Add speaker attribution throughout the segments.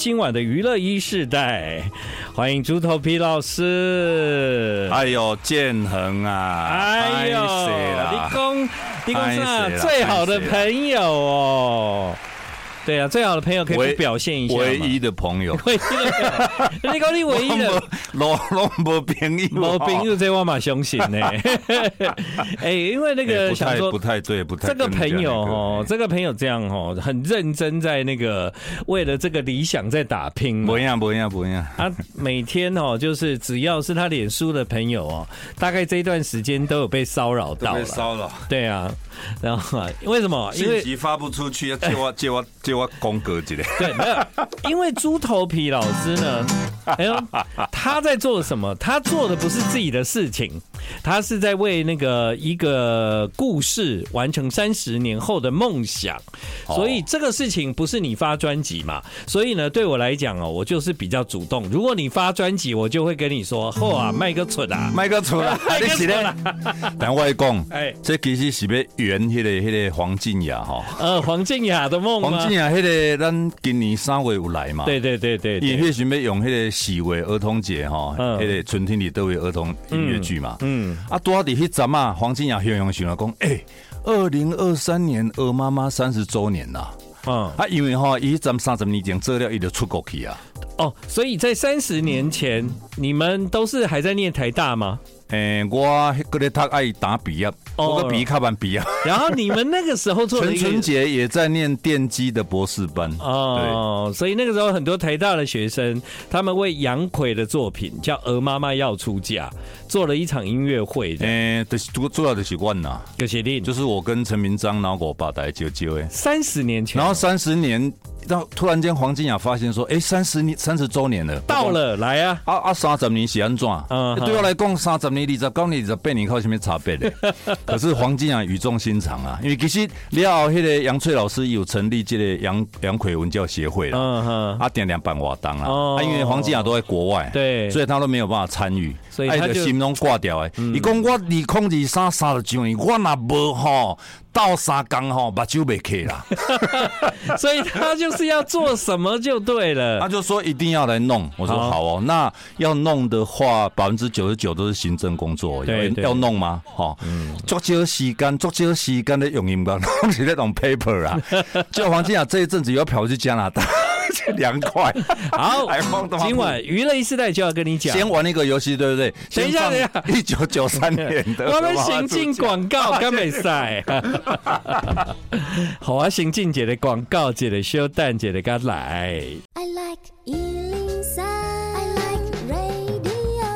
Speaker 1: 今晚的娱乐一世代，欢迎猪头皮老师。
Speaker 2: 哎呦，建恒啊，
Speaker 1: 哎呦，立
Speaker 2: 你
Speaker 1: 功，立功是啊
Speaker 2: 拍死了
Speaker 1: 最好的
Speaker 2: 拍死了
Speaker 1: 朋友哦。对啊，最好的朋友可以
Speaker 2: 唯
Speaker 1: 不表现一下嘛，
Speaker 2: 唯一的朋友
Speaker 1: 唯一的朋友，立功你唯 一的。
Speaker 2: 老龙没朋友，
Speaker 1: 毛病就这我嘛相信呢， 哎，因为那
Speaker 2: 哎
Speaker 1: 个
Speaker 2: 不
Speaker 1: 想
Speaker 2: 太
Speaker 1: 说
Speaker 2: 不太对，不太
Speaker 1: 这个
Speaker 2: 跟人家
Speaker 1: 朋友
Speaker 2: 那个哎
Speaker 1: 哦，这个朋友这样哦，很认真在那个为了这个理想在打拼嘛
Speaker 2: 不。一样，不一样，不一样。
Speaker 1: 他啊每天哦，就是只要是他脸书的朋友哦，大概这一段时间都有被骚扰到
Speaker 2: 被
Speaker 1: 了。
Speaker 2: 骚扰，
Speaker 1: 对啊，然后啊为什么？因
Speaker 2: 信
Speaker 1: 为
Speaker 2: 息发不出去，要 借我借我借我公格一个。
Speaker 1: 对，没有，因为猪头皮老师 呢，哎呦，他在做什么？他做的不是自己的事情，他是在为那个一个故事完成三十年后的梦想。
Speaker 2: 哦
Speaker 1: 所以这个事情不是你发专辑嘛？所以呢，对我来讲哦，我就是比较主动。如果你发专辑，我就会跟你说：“嚯啊，卖个蠢啊！”
Speaker 2: 麦克出来，
Speaker 1: 麦
Speaker 2: 你
Speaker 1: 克出
Speaker 2: 是
Speaker 1: 来
Speaker 2: 咧？但我讲，
Speaker 1: 哎
Speaker 2: 哎，这其实是要圆迄个迄个黄静雅吼，
Speaker 1: 呃，黄静雅的梦
Speaker 2: 黄
Speaker 1: 吗
Speaker 2: 静？雅迄个咱今年三月有来嘛？
Speaker 1: 对对对对
Speaker 2: 伊
Speaker 1: 对，
Speaker 2: 迄时要用迄个四月儿童节吼，
Speaker 1: 嗯
Speaker 2: 迄个春天里都有儿童音乐剧嘛。
Speaker 1: 嗯，
Speaker 2: 啊，拄好伫迄阵啊，黄金雅雄雄想了讲，诶，二零二三年鹅妈妈三十周年啦。
Speaker 1: 嗯，
Speaker 2: 啊，因为吼，伊迄阵三十年前做了，伊就出国去啊。
Speaker 1: 哦，所以在三十年前，你们都是还在念台大 吗？
Speaker 2: 诶，欸我迄个咧读爱打毕业，
Speaker 1: 哦
Speaker 2: 我个比较晚 毕业。
Speaker 1: 然后你们那个时候做了
Speaker 2: 陈
Speaker 1: 一个
Speaker 2: 春杰也在念电机的博士班。对。
Speaker 1: 哦，所以那个时候很多台大的学生，他们为杨奎的作品叫《鹅妈妈要出嫁》做了一场音乐会的
Speaker 2: 诶、欸就是主主要就是阮呐，
Speaker 1: 个协定，
Speaker 2: 就是我跟陈明章，然后我爸来招招诶。
Speaker 1: 三十年前
Speaker 2: 然后三十年，到突然间黄金雅发现说，哎、3三十年三十周年了，
Speaker 1: 到。了，来啊，
Speaker 2: 啊啊！三十年是安怎？
Speaker 1: 嗯
Speaker 2: 对我来讲，三十年、二十九年、二十八年，靠什么差别 嘞？可是黄金雅语重心长啊，因为其实了，迄个杨翠老师有成立这个杨杨奎文教协会啦，
Speaker 1: 嗯哼，
Speaker 2: 啊，点点办活动
Speaker 1: 哦
Speaker 2: 啦，啊，因为黄金雅都在国外，
Speaker 1: 对
Speaker 2: 所以他都没有办法参与，
Speaker 1: 所以
Speaker 2: 啊
Speaker 1: 他
Speaker 2: 他
Speaker 1: 就嗯
Speaker 2: 就心拢挂掉诶。伊讲我二零二三三十九年，我若无吼到三工吼，目睭袂开啦。
Speaker 1: 所以他就是要做什么就对
Speaker 2: 他
Speaker 1: 了，
Speaker 2: 就说一定要来弄，我说
Speaker 1: 好
Speaker 2: 好哦。那要弄的话，百分之九十九都是行政工作，
Speaker 1: 对对嗯
Speaker 2: 要弄吗？哦，足少时间，足少时间的用音 乐，拢是那种 paper 啊。 就黄金雅这一阵子又要跑去加拿大， 这凉快。
Speaker 1: 好
Speaker 2: 哎晃动
Speaker 1: 今晚娱乐一时代就要跟你讲。
Speaker 2: 先玩那个游戏，对不对？
Speaker 1: 等一下等一下
Speaker 2: 一九九三年的
Speaker 1: 我们行进广告敢袂使，好啊，行进一个广告，一个小蛋，一个敢来。
Speaker 3: I like Ealing Sound. I like radio.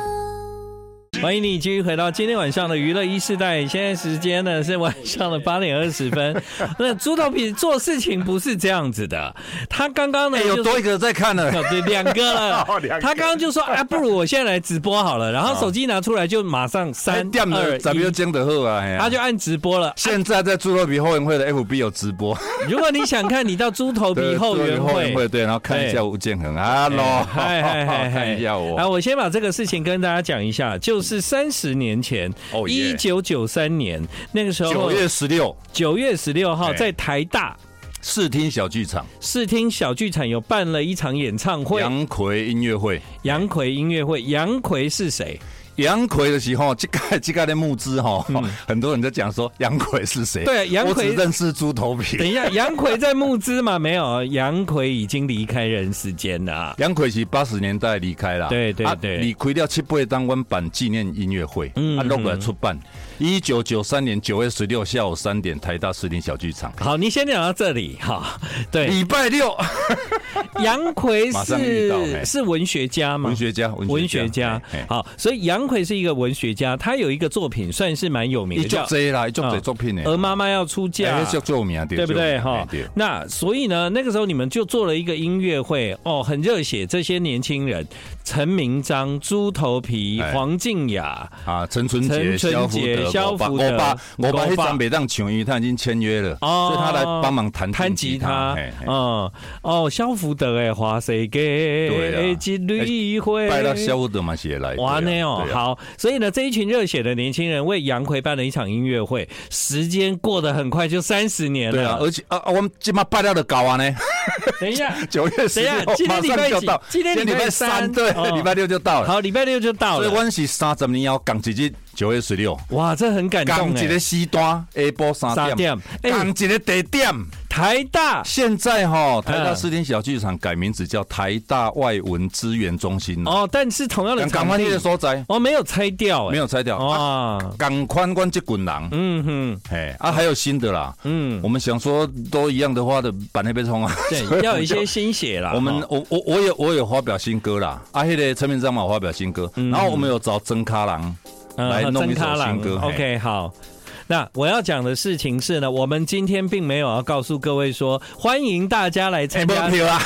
Speaker 1: 欢迎你继续回到今天晚上的娱乐一世代，现在时间呢是晚上的八点二十 分。那猪头皮做事情不是这样子的，他刚刚呢
Speaker 2: 哎，
Speaker 1: 就
Speaker 2: 有
Speaker 1: 是
Speaker 2: 多一哦个在看了。
Speaker 1: 哦对，两个了。 他刚刚就说啊，不如我现在来直播好了，然后手机拿出来就马上三
Speaker 2: 哦哎点
Speaker 1: 二
Speaker 2: 了，咱们就
Speaker 1: 一，
Speaker 2: 讲得好啊。嘿啊
Speaker 1: 他就按直播了。
Speaker 2: 现在在猪肉比后援会的 FB 有直播。
Speaker 1: 如果你想看，你到猪头皮
Speaker 2: 对，
Speaker 1: 后援
Speaker 2: 后援
Speaker 1: 会
Speaker 2: 会。对，然后看一
Speaker 1: 对哎
Speaker 2: 下吴建衡啊，喽，
Speaker 1: 嗨嗨 嗨
Speaker 2: 看一下
Speaker 1: 啊，
Speaker 2: 我，
Speaker 1: 我先把这个事情跟大家讲一下，就是三十年前，
Speaker 2: 哦
Speaker 1: 一
Speaker 2: 耶
Speaker 1: 九九三年那个时候，
Speaker 2: 九月十六
Speaker 1: 九月十六号
Speaker 2: 哎
Speaker 1: 在台大
Speaker 2: 视听小剧场
Speaker 1: 视听小剧场有办了一场演唱会，
Speaker 2: 杨奎音乐会，
Speaker 1: 杨奎音乐会。杨奎是谁？
Speaker 2: 杨奎的时候，这个 这个的募资哈， 很多人在讲说杨奎是谁？
Speaker 1: 嗯对杨奎
Speaker 2: 我只认识猪头
Speaker 1: 等
Speaker 2: 皮。
Speaker 1: 一 下，杨奎在募资吗？没有，杨奎已经离开人世间了啊。
Speaker 2: 杨奎是八十年代离开了，
Speaker 1: 对对
Speaker 2: 啊
Speaker 1: 对
Speaker 2: 离开了七八当官版纪念音乐会，
Speaker 1: 嗯
Speaker 2: 啊，弄来出版，一九九三年九月十六下午三点，台大视听小剧场，
Speaker 1: 好，你先讲到这里哈。对，嗯
Speaker 2: 礼拜六，
Speaker 1: 杨奎
Speaker 2: 马上遇到
Speaker 1: 是
Speaker 2: 嘿
Speaker 1: 是文学家嘛？
Speaker 2: 文学家，哎文
Speaker 1: 文学家
Speaker 2: 嘿嘿。
Speaker 1: 好，所以杨奎是一个文学家，他有一个作品算是蛮有名
Speaker 2: 伊
Speaker 1: 的，
Speaker 2: 足
Speaker 1: 叫《
Speaker 2: 侪啦，伊足侪作品呢。哎
Speaker 1: 鹅妈妈要出嫁》。
Speaker 2: 叫救命，
Speaker 1: 对不对哈
Speaker 2: 哈？哎对？
Speaker 1: 那所以呢，那个时候你们就做了一个音乐会哦，很热血。这些年轻人，陈明章、猪头皮、
Speaker 2: 哎
Speaker 1: 黄静雅，
Speaker 2: 啊，陈春
Speaker 1: 陈
Speaker 2: 杰、
Speaker 1: 春
Speaker 2: 肖福
Speaker 1: 杰
Speaker 2: 德、
Speaker 1: 萧
Speaker 2: 我爸
Speaker 1: 福德
Speaker 2: 我爸，我
Speaker 1: 我爸
Speaker 2: 爸黑张北让琼伊，他已经签约了，
Speaker 1: 哦
Speaker 2: 所以他来帮忙弹
Speaker 1: 弹
Speaker 2: 弹
Speaker 1: 吉
Speaker 2: 吉
Speaker 1: 他
Speaker 2: 嘿，嘿
Speaker 1: 嗯，哦，肖福德哎，华谁给
Speaker 2: 对啊哎
Speaker 1: 一缕灰，
Speaker 2: 拜到肖福德嘛，也来。
Speaker 1: 哇
Speaker 2: 对啊
Speaker 1: 那哦
Speaker 2: 对，啊
Speaker 1: 好，所以呢，这一群热血的年轻人为杨奎办了一场音乐会，时间过得很快，就三十年了。
Speaker 2: 对啊，而且啊啊，我们今嘛拜料的搞啊呢，
Speaker 1: 等一下，
Speaker 2: 九月
Speaker 1: 等
Speaker 2: 十
Speaker 1: 一
Speaker 2: 六
Speaker 1: 下今天
Speaker 2: 马
Speaker 1: 礼拜
Speaker 2: 上就
Speaker 1: 几
Speaker 2: 到，
Speaker 1: 今天礼拜三
Speaker 2: 对
Speaker 1: 哦，
Speaker 2: 礼拜六就到了。
Speaker 1: 好，礼拜六就到
Speaker 2: 所以
Speaker 1: 了。
Speaker 2: 阮是三十年要港一日九月十六，
Speaker 1: 哇，这很感
Speaker 2: 港
Speaker 1: 动
Speaker 2: 一
Speaker 1: 哎
Speaker 2: 个！时段，下晡
Speaker 1: 三
Speaker 2: 三
Speaker 1: 点
Speaker 2: 点，
Speaker 1: 哎
Speaker 2: 港一个地点。
Speaker 1: 台大
Speaker 2: 现在哈，台大
Speaker 1: 嗯
Speaker 2: 四天小剧场改名字叫台大外文资源中心了。
Speaker 1: 哦，但是同样的
Speaker 2: 港
Speaker 1: 场
Speaker 2: 港湾那
Speaker 1: 地
Speaker 2: 个，所在
Speaker 1: 哦，没有拆掉，哎
Speaker 2: 没有拆掉啊，
Speaker 1: 哦，
Speaker 2: 港宽关这滚狼，
Speaker 1: 嗯哼，
Speaker 2: 哎啊，还有新的啦。
Speaker 1: 嗯，
Speaker 2: 我们想说都一样的话的，把那边冲啊。
Speaker 1: 对，要有一些心血啦。
Speaker 2: 我们
Speaker 1: 哦
Speaker 2: 我我我也我也发表新歌啦，啊，迄个陈明章嘛有发表新歌，然后我们有找曾卡郎
Speaker 1: 嗯
Speaker 2: 来弄一
Speaker 1: 曾
Speaker 2: 首
Speaker 1: 卡朗
Speaker 2: 新歌。嘿
Speaker 1: OK，好。那我要讲的事情是呢，我们今天并没有要告诉各位说，欢迎大家来
Speaker 2: 哎，
Speaker 1: 参
Speaker 2: 不
Speaker 1: 加，
Speaker 2: 票啊，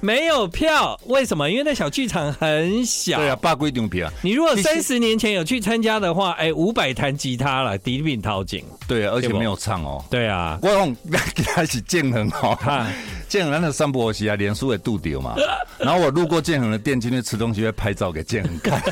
Speaker 1: 没有票，为什么？因为那小剧场很小。
Speaker 2: 对啊，八几张票啊，
Speaker 1: 你如果
Speaker 2: 其实
Speaker 1: 三十年前有去参加的话，哎，五百弹吉他了，迪饼淘景。
Speaker 2: 对啊，而且
Speaker 1: 对不
Speaker 2: 没有唱哦。
Speaker 1: 对 啊，
Speaker 2: 我讲，给他是建恒哦
Speaker 1: 啊，
Speaker 2: 建恒咱的三伯西啊，脸书也度丢嘛。然后我路过建恒的店，今天吃东西会拍照给建恒看。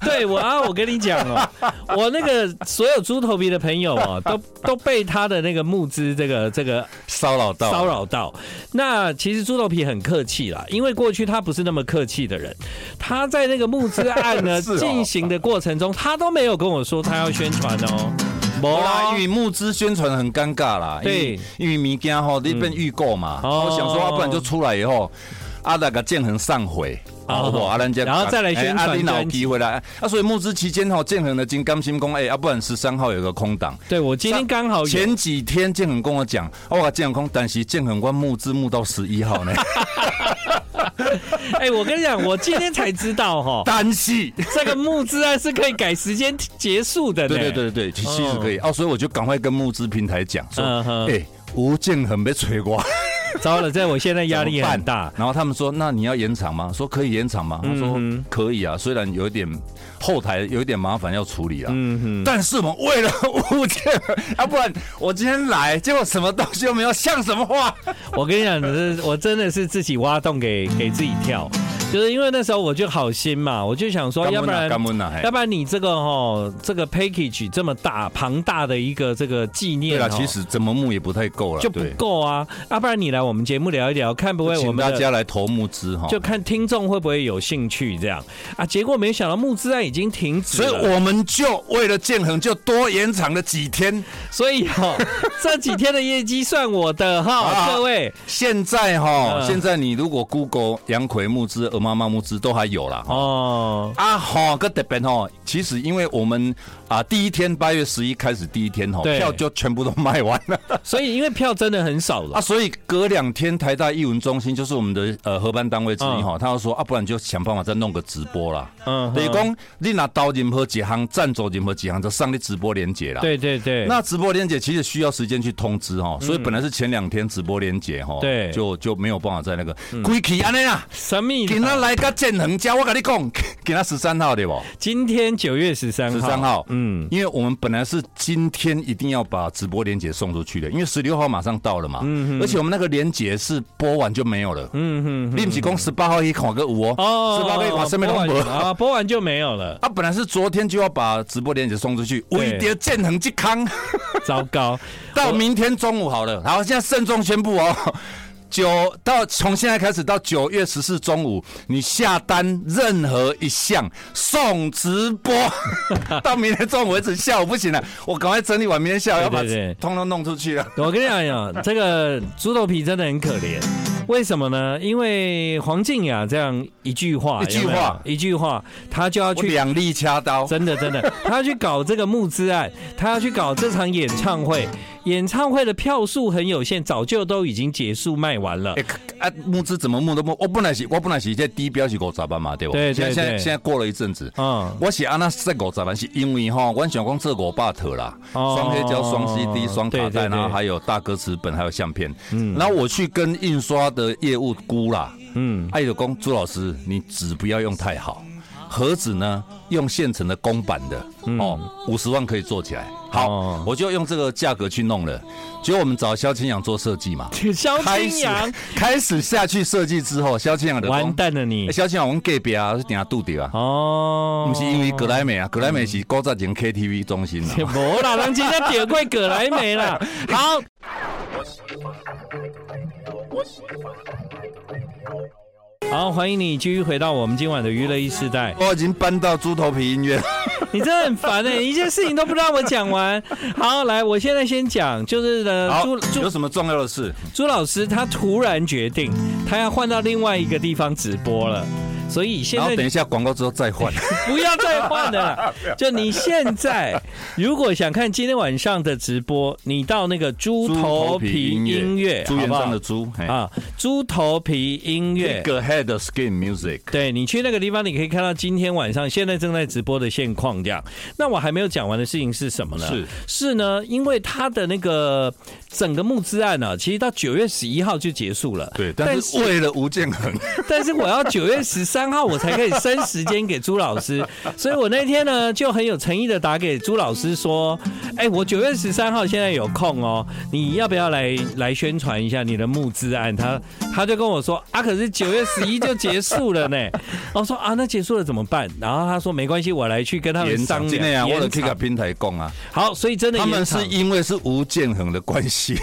Speaker 1: 对我啊，我跟你讲哦，我那个所有猪头皮的朋友 哦，都都被他的那个募资这个这个
Speaker 2: 骚扰到
Speaker 1: 骚扰到。那其实猪头皮很客气啦，因为过去他不是那么客气的人。他在那个募资案呢
Speaker 2: 是哦
Speaker 1: 进行的过程中，他都没有跟我说他要宣传 哦。
Speaker 2: 好
Speaker 1: 没
Speaker 2: 啦，因为募资宣传很尴尬啦，因为因为物件吼，你变预购嘛，
Speaker 1: 哦
Speaker 2: 我想说，啊要不然就出来以后，啊，那个建恒上回。
Speaker 1: 哦
Speaker 2: 好不好？啊，咱家
Speaker 1: 然后再来宣传
Speaker 2: 啊，你哪有
Speaker 1: 专辑
Speaker 2: 机会来？啊，所以募资期间吼，建恒的金刚心公，哎，要不然十三号有个空档。
Speaker 1: 对我今天刚哦好有
Speaker 2: 前几天建恒跟我讲，啊我讲建恒空，但是建恒官募资募到十一号呢，
Speaker 1: 哎、我跟你讲，我今天才知道哈、
Speaker 2: 但是。
Speaker 1: 这个募资案是可以改时间结束的呢。
Speaker 2: 对对对对，其其实可以哦，所以我就赶快跟募资平台讲说
Speaker 1: 嗯，哼
Speaker 2: 哎，吴建恒被催过，
Speaker 1: 糟了，这我现在压力很大
Speaker 2: 怎么办。然后他们说：“那你要延长吗？”说可以延长吗？他说
Speaker 1: 嗯哼：“
Speaker 2: 可以啊，虽然有一点后台有一点麻烦要处理啊，
Speaker 1: 嗯哼，
Speaker 2: 但是我们为了物件，要、不然我今天来，结果什么东西都没有，像什么话？
Speaker 1: 我跟你讲，这我真的是自己挖洞给给自己跳，就是因为那时候我就好心嘛，我就想哦说，要不然
Speaker 2: 干温呐，
Speaker 1: 要
Speaker 2: 嘿
Speaker 1: 不然你这个哈，这个 package 这么大庞大的一个这个纪
Speaker 2: 对
Speaker 1: 念
Speaker 2: 啦，
Speaker 1: 齁
Speaker 2: 其实怎么募也不太够了，
Speaker 1: 哦就不
Speaker 2: 对
Speaker 1: 够啊，要不然你来我们节目聊一聊，看不会我
Speaker 2: 请
Speaker 1: 们
Speaker 2: 大
Speaker 1: 的
Speaker 2: 家来投募资哈。
Speaker 1: 就看听众会不会有兴趣这样啊。结果没想到募资案已经停止
Speaker 2: 所以
Speaker 1: 了，
Speaker 2: 我们就为了建恒，就多延长了几天。
Speaker 1: 所以哈、这几天的业绩算我的哈，
Speaker 2: 啊
Speaker 1: 各位
Speaker 2: 现在哈，
Speaker 1: 嗯
Speaker 2: 现在你如果 Google 杨奎募资、鹅妈妈募资都还有啦。
Speaker 1: 哦，
Speaker 2: 啊吼，个特别吼，其实因为我们啊第一天八月十一开始第一天吼，
Speaker 1: 对
Speaker 2: 票就全部都卖完 了
Speaker 1: 所以因为票真的很少了
Speaker 2: 啊，，所以隔两天台大艺文中心就是我们的呃合办单位之一哈，他就说啊，不然就想办法再弄个直播啦。
Speaker 1: 嗯嗯哼
Speaker 2: 等于讲你拿刀任何几行赞助任何几行，就上你直播连接啦。。
Speaker 1: 对对对，嗯
Speaker 2: 那直播连接其实需要时间去通知哈，所以本来是前两天直播连接哈，
Speaker 1: 对嗯
Speaker 2: 就就没有办法在那个归期安尼啊，
Speaker 1: 神秘
Speaker 2: 今仔来个建恒家，我跟你讲，今仔十三号对不？
Speaker 1: 今天九月十三号，
Speaker 2: 十三号，
Speaker 1: 嗯
Speaker 2: 嗯，因为我们本来是今天一定要把直播连接送出去的，因为十六号马上到了嘛，嗯，而且我们那个连接是播完就没有了，
Speaker 1: 嗯嗯，
Speaker 2: 你不是讲十八号一考个五哦，十八号一考身边都
Speaker 1: 播
Speaker 2: 没
Speaker 1: 完
Speaker 2: 有。
Speaker 1: 啊，播完就没有了，
Speaker 2: 啊，本来是昨天就要把直播连接送出去，
Speaker 1: 对
Speaker 2: 为得建恒健康，
Speaker 1: 糟糕，
Speaker 2: 到明天中午好了。好，现在慎重宣布哦， 九到从现在开始到九月十四中午，你下单任何一项送直播， 到明天中午为止。下午不行了，我赶快整理完，明天下午要把
Speaker 1: 对对对
Speaker 2: 通通弄出去了。
Speaker 1: 我跟你讲讲，这个猪头皮真的很可怜。为什么呢？因为黄静雅这样一句话，
Speaker 2: 一句
Speaker 1: 有没有
Speaker 2: 话
Speaker 1: 一句话，他就要
Speaker 2: 我
Speaker 1: 去
Speaker 2: 两利掐刀，
Speaker 1: 真的真的，他要去搞这个募资案，他要去搞这场演唱会。演唱会的票数很有限，早就都已经结束卖完了
Speaker 2: 哎、。啊，募资怎么募都募，我本来是，我本来是这低标是五十万嘛，对不？
Speaker 1: 对对
Speaker 2: 现在现
Speaker 1: 对
Speaker 2: 在现在过了一阵子，
Speaker 1: 嗯，
Speaker 2: 我是安那说五十万，是因为吼，阮想讲这五百套啦，
Speaker 1: 哦
Speaker 2: 双黑胶、双 CD、双卡
Speaker 1: 对对
Speaker 2: 带，
Speaker 1: 对
Speaker 2: 然后还有大歌词本，还有相片。然后我去跟印刷的业务估啦，
Speaker 1: 嗯
Speaker 2: 嗯，哎，就讲朱老师，你纸不要用太好。盒子呢用现成的公版的、哦，五十万可以做起来。
Speaker 1: 嗯
Speaker 2: 好，
Speaker 1: 哦
Speaker 2: 我就用这个价格去弄了。结果我们找萧清扬做设计嘛，
Speaker 1: 萧
Speaker 2: 开
Speaker 1: 清
Speaker 2: 始
Speaker 1: 扬
Speaker 2: 开始下去设计之后，萧清扬的
Speaker 1: 完
Speaker 2: 公
Speaker 1: 蛋了你
Speaker 2: 欸、小青我们隔壁啊，是顶下肚底啊，
Speaker 1: 哦，
Speaker 2: 不是 因为格莱美啊，格莱美是古早前 KTV 中心啊。
Speaker 1: 无啦，人家点过葛莱美啦。好，好，欢迎你继续回到我们今晚的娱乐一时代。
Speaker 2: 我已经搬到猪头皮音乐，
Speaker 1: 你真的很烦哎、一件事情都不让我讲完。 好，来，我现在先讲，就是呢，
Speaker 2: 好
Speaker 1: 朱，朱
Speaker 2: 有什么重要的事？
Speaker 1: 朱老师他突然决定，他要换到另外一个地方直播了，所以现
Speaker 2: 然后
Speaker 1: 在
Speaker 2: 等一下广告之后再换。
Speaker 1: 不要再换 了。就你现在，如果想看今天晚上的直播，你到那个 猪头皮音乐，
Speaker 2: 朱
Speaker 1: 好
Speaker 2: 元
Speaker 1: 不
Speaker 2: 璋
Speaker 1: 好
Speaker 2: 的？猪，嘿
Speaker 1: 啊，猪头皮音乐。
Speaker 2: Big Head Skin Music，
Speaker 1: 对你去那个地方，你可以看到今天晚上现在正在直播的现况这样。那我还没有讲完的事情是什么呢？
Speaker 2: 是
Speaker 1: 是呢，因为他的那个整个募资案呢、啊其实到九月十一号就结束了。
Speaker 2: 对，但是为了吴建衡，
Speaker 1: 但是我要九月十三号我才可以生时间给朱老 师，所以我那天呢就很有诚意的打给朱老师说，哎、我九月十三号现在有空哦，你要不要来来宣传一下你的募资案？他他就跟我说啊，可是九月十一就结束了呢。 我说啊，那结束了怎么办？然后他说没关系，我来去跟他们
Speaker 2: 延
Speaker 1: 商
Speaker 2: 长今
Speaker 1: 量。
Speaker 2: 天啊，我的
Speaker 1: 延
Speaker 2: K 个
Speaker 1: 长
Speaker 2: 平台供啊，
Speaker 1: 好，所以真的
Speaker 2: 他
Speaker 1: 延
Speaker 2: 们
Speaker 1: 长
Speaker 2: 是，因为是吴建衡的关系，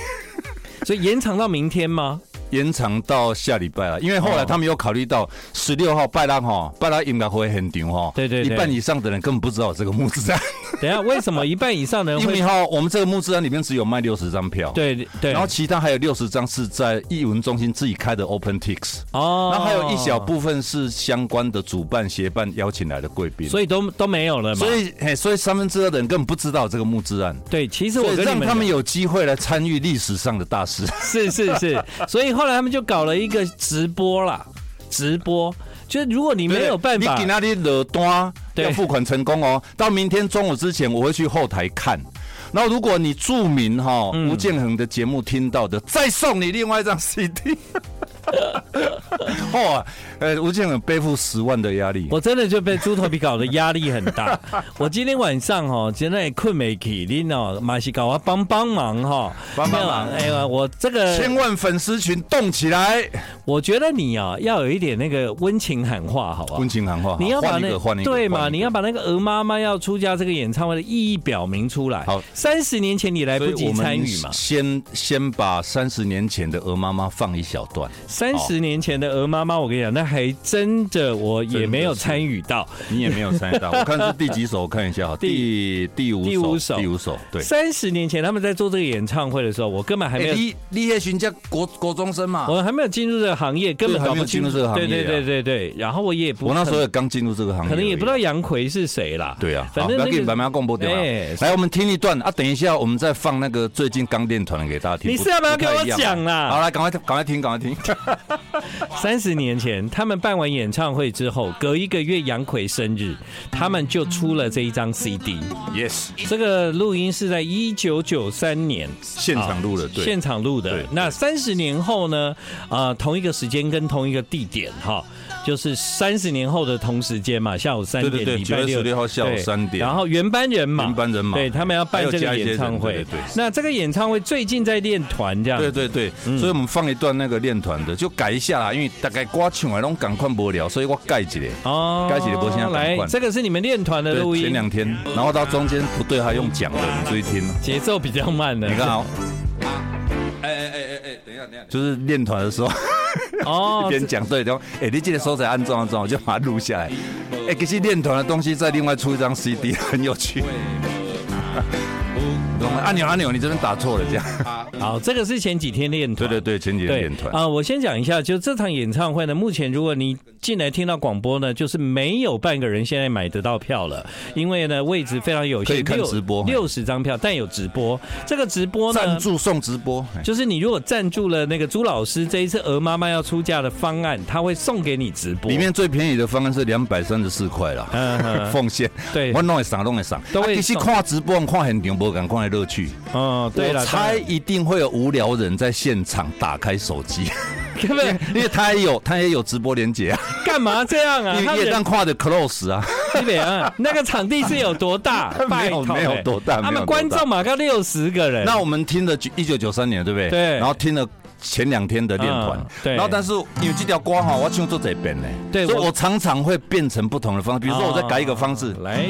Speaker 1: 所以延长到明天吗？
Speaker 2: 延长到下礼拜了，因为后
Speaker 1: 哦
Speaker 2: 来他们有考虑到十六号拜拉哈，拜拉音乐会很长哈，
Speaker 1: 对对
Speaker 2: 一
Speaker 1: 对
Speaker 2: 半以上的人根本不知道有这个募资案。
Speaker 1: 等一下为什么一半以上的人
Speaker 2: 因为
Speaker 1: 会？
Speaker 2: 哈，我们这个募资案里面只有卖六十张票，，
Speaker 1: 对对，
Speaker 2: 然后其他还有六十张是在艺文中心自己开的 OpenTix，
Speaker 1: 哦
Speaker 2: 然后还有一小部分是相关的主办协办邀请来的贵宾，
Speaker 1: 所以都都没有了嘛。
Speaker 2: 所以嘿，所以三分之二的人根本不知道这个募资案，
Speaker 1: 对，其实
Speaker 2: 所
Speaker 1: 我
Speaker 2: 以
Speaker 1: 跟你
Speaker 2: 让
Speaker 1: 们
Speaker 2: 他们
Speaker 1: 讲
Speaker 2: 有机会来参与历史上的大事。
Speaker 1: 是是是， 所以后来他们就搞了一个直播啦，直播就是如果你没有办法
Speaker 2: 你给那里惹单，
Speaker 1: 对
Speaker 2: 要付款成功哦。到明天中午之前，我会去后台看。然后，如果你注明哈、
Speaker 1: 嗯
Speaker 2: 吴建衡的节目听到的，再送你另外一张 CD。哦，呃，吴建衡背负十万的压力。
Speaker 1: 我真的就被猪头皮搞得压力很 大。我今天晚上哦，真的也困没起，你哦，马西搞啊帮帮忙哈，
Speaker 2: 帮帮忙
Speaker 1: 没有哎呀，我这
Speaker 2: 千
Speaker 1: 个，
Speaker 2: 万粉丝群动起来！
Speaker 1: 我觉得你啊，要有一点那个温情喊话，好不好
Speaker 2: 温？情喊话，
Speaker 1: 你要把
Speaker 2: 换一
Speaker 1: 那
Speaker 2: 个换一个，
Speaker 1: 对嘛？
Speaker 2: 换一
Speaker 1: 你
Speaker 2: 个
Speaker 1: 要把那个鹅妈妈要出家这个演唱会的意义表明出来。
Speaker 2: 好
Speaker 1: 三十年前你来不
Speaker 2: 所以
Speaker 1: 及
Speaker 2: 我
Speaker 1: 参
Speaker 2: 们
Speaker 1: 与嘛？
Speaker 2: 先先把三十年前的鹅妈妈放一小段。
Speaker 1: 三十年前的鹅妈妈，我跟你讲，那还真的我也没有参与到。
Speaker 2: 你也没有参与 到，我看是第几首，我看一下哈，第第五首，
Speaker 1: 第五首
Speaker 2: 第五首，对。
Speaker 1: 三十年前他们在做这个演唱会的时候，我根本还没
Speaker 2: 哎，
Speaker 1: 有，
Speaker 2: 李李叶群家国国中生嘛，
Speaker 1: 我还没有进入这个行业，根本
Speaker 2: 对还
Speaker 1: 搞不
Speaker 2: 没有进入这个行业啊
Speaker 1: 对对对对对，然后我也不，
Speaker 2: 我那时候也刚进入这个行业而已，
Speaker 1: 可能也不知道杨奎是谁啦。
Speaker 2: 对啊，
Speaker 1: 反
Speaker 2: 好，
Speaker 1: 正
Speaker 2: 不要
Speaker 1: 那
Speaker 2: 给你爸
Speaker 1: 个
Speaker 2: 妈公布掉了啊
Speaker 1: 哎。
Speaker 2: 来，我们听一段啊，等一下我们再放那个最近刚练团给大家听。
Speaker 1: 你是要不要跟我
Speaker 2: 太一样啊
Speaker 1: 讲啊啦
Speaker 2: 好，来，赶快赶快听，赶快听。
Speaker 1: 三十年前，他们办完演唱会之后，隔一个月杨奎生日，他们就出了这一张 CD。
Speaker 2: Yes，
Speaker 1: 这个录音是在一九九三年啊
Speaker 2: 现场录的，对
Speaker 1: 现。场录的
Speaker 2: 对。
Speaker 1: 那三十年后呢？啊、同一个时间跟同一个地点哈，就是三十年后的同时间嘛，下午三点，
Speaker 2: 对对对
Speaker 1: 礼拜
Speaker 2: 9月
Speaker 1: 六
Speaker 2: 16号下午
Speaker 1: 对
Speaker 2: 3点
Speaker 1: 然后原班人马，
Speaker 2: 原班人马
Speaker 1: 对他们要办这
Speaker 2: 还有加
Speaker 1: 个
Speaker 2: 一些
Speaker 1: 演唱会。
Speaker 2: 人对对对
Speaker 1: 那这个演唱会最近在练团这样。
Speaker 2: 对对对，所以我们放一段那个练团的，就改一下啦，因为大概歌唱完拢赶快无聊，所以我改一个。
Speaker 1: 哦
Speaker 2: 该起的播现在赶
Speaker 1: 来，
Speaker 2: 快
Speaker 1: 这个是你们练团的录
Speaker 2: 对，前
Speaker 1: 音，
Speaker 2: 两天，然后到中间不对，还用讲的，你注意听。
Speaker 1: 节奏比较慢的。
Speaker 2: 你看啊好，
Speaker 4: 哎哎哎哎哎，等一下等一下，
Speaker 2: 就是练团的时候。
Speaker 1: 哦
Speaker 2: 一，边讲对，然后哎，你这个收材安装安装，我就把它录下来。哎、其实练团的东西再另外出一张 CD，很有趣。懂了按钮按钮，你这边打错了，这样。
Speaker 1: 好，这个是前几天练
Speaker 2: 对
Speaker 1: 团。
Speaker 2: 对对，前几天练团
Speaker 1: 啊、我先讲一下，就这场演唱会呢，目前如果你进来听到广播呢，就是没有半个人现在买得到票了，因为呢位置非常有限，
Speaker 2: 可以看直播
Speaker 1: 六十张票，但有直播。这个直播
Speaker 2: 赞
Speaker 1: 呢，
Speaker 2: 助送直播，哎
Speaker 1: 就是你如果赞助了那个朱老师这一次鹅妈妈要出嫁的方案，他会送给你直播。
Speaker 2: 里面最便宜的方案是两百三十四块啦。
Speaker 1: 嗯哼
Speaker 2: 奉献，
Speaker 1: 对
Speaker 2: 我弄会上，弄会上。
Speaker 1: 都会
Speaker 2: 啊其实
Speaker 1: 送
Speaker 2: 看直播、看现场，无敢看的乐趣。
Speaker 1: 哦，对
Speaker 2: 我
Speaker 1: 了，
Speaker 2: 猜一定会有无聊人在现场打开手机，
Speaker 1: 当根 本
Speaker 2: 因为他也有他也有直播连接啊，
Speaker 1: 干嘛这样 啊？
Speaker 2: 因
Speaker 1: 他
Speaker 2: 为
Speaker 1: 们
Speaker 2: 夜战跨的 close 啊，
Speaker 1: 西北 岸那个场地是有多大？
Speaker 2: 没有
Speaker 1: 拜托
Speaker 2: 没有多大
Speaker 1: 他
Speaker 2: 没
Speaker 1: 们
Speaker 2: 有多大
Speaker 1: 观众嘛，刚六十个人。
Speaker 2: 那我们听了一九九三年，对不对？
Speaker 1: 对
Speaker 2: 然后听了前两天的练团、
Speaker 1: 嗯对
Speaker 2: 然后但是因为这条歌哈，我唱做这遍呢，
Speaker 1: 对
Speaker 2: 所以
Speaker 1: 我
Speaker 2: 我常常会变成不同的方式，比如说我再改一个方式。
Speaker 1: 啊来，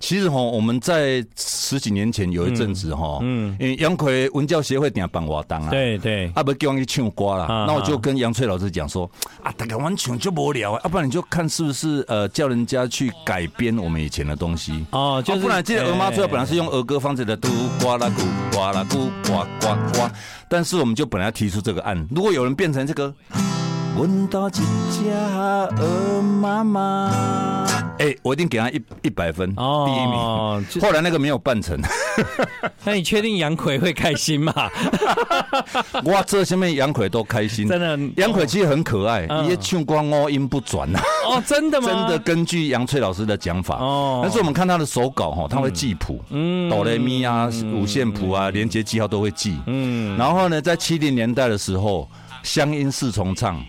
Speaker 2: 其实哈，我们在十几年前有一阵子哈，
Speaker 1: 嗯
Speaker 2: 嗯，因为杨奎文教协会点办活动啊，。
Speaker 1: 对对，
Speaker 2: 啊，不叫我去唱歌啦，
Speaker 1: 啊
Speaker 2: 那我就跟杨翠老师讲说，啊，大家玩唱就无聊啊，要、不然你就看是不是呃叫人家去改编我们以前的东西。
Speaker 1: 哦，
Speaker 2: 就
Speaker 1: 就是
Speaker 2: 不然这个鹅妈最后本来是
Speaker 1: 哎
Speaker 2: 用儿歌方式的嘟呱啦咕呱啦咕呱呱呱，但是我们就本来要提出这个案，如果有人变成这个，闻到一只鹅妈妈，哎，我一定给他一一百分，第一名。
Speaker 1: 哦，就
Speaker 2: 后来那个没有办成，
Speaker 1: 那你确定杨奎会开心 吗？
Speaker 2: 哇，这下面杨奎都开心，
Speaker 1: 真的
Speaker 2: 杨奎其实很可爱，
Speaker 1: 嗯
Speaker 2: 也唱歌五音不转啊。
Speaker 1: 哦，真的吗？
Speaker 2: 真的，根据杨翠老师的讲法，
Speaker 1: 哦
Speaker 2: 但是我们看他的手稿哈，他会记谱，
Speaker 1: 嗯
Speaker 2: 哆来咪啊、五线谱啊、连接记号都会记。
Speaker 1: 嗯，
Speaker 2: 然后呢，在七零年代的时候，乡音四重唱。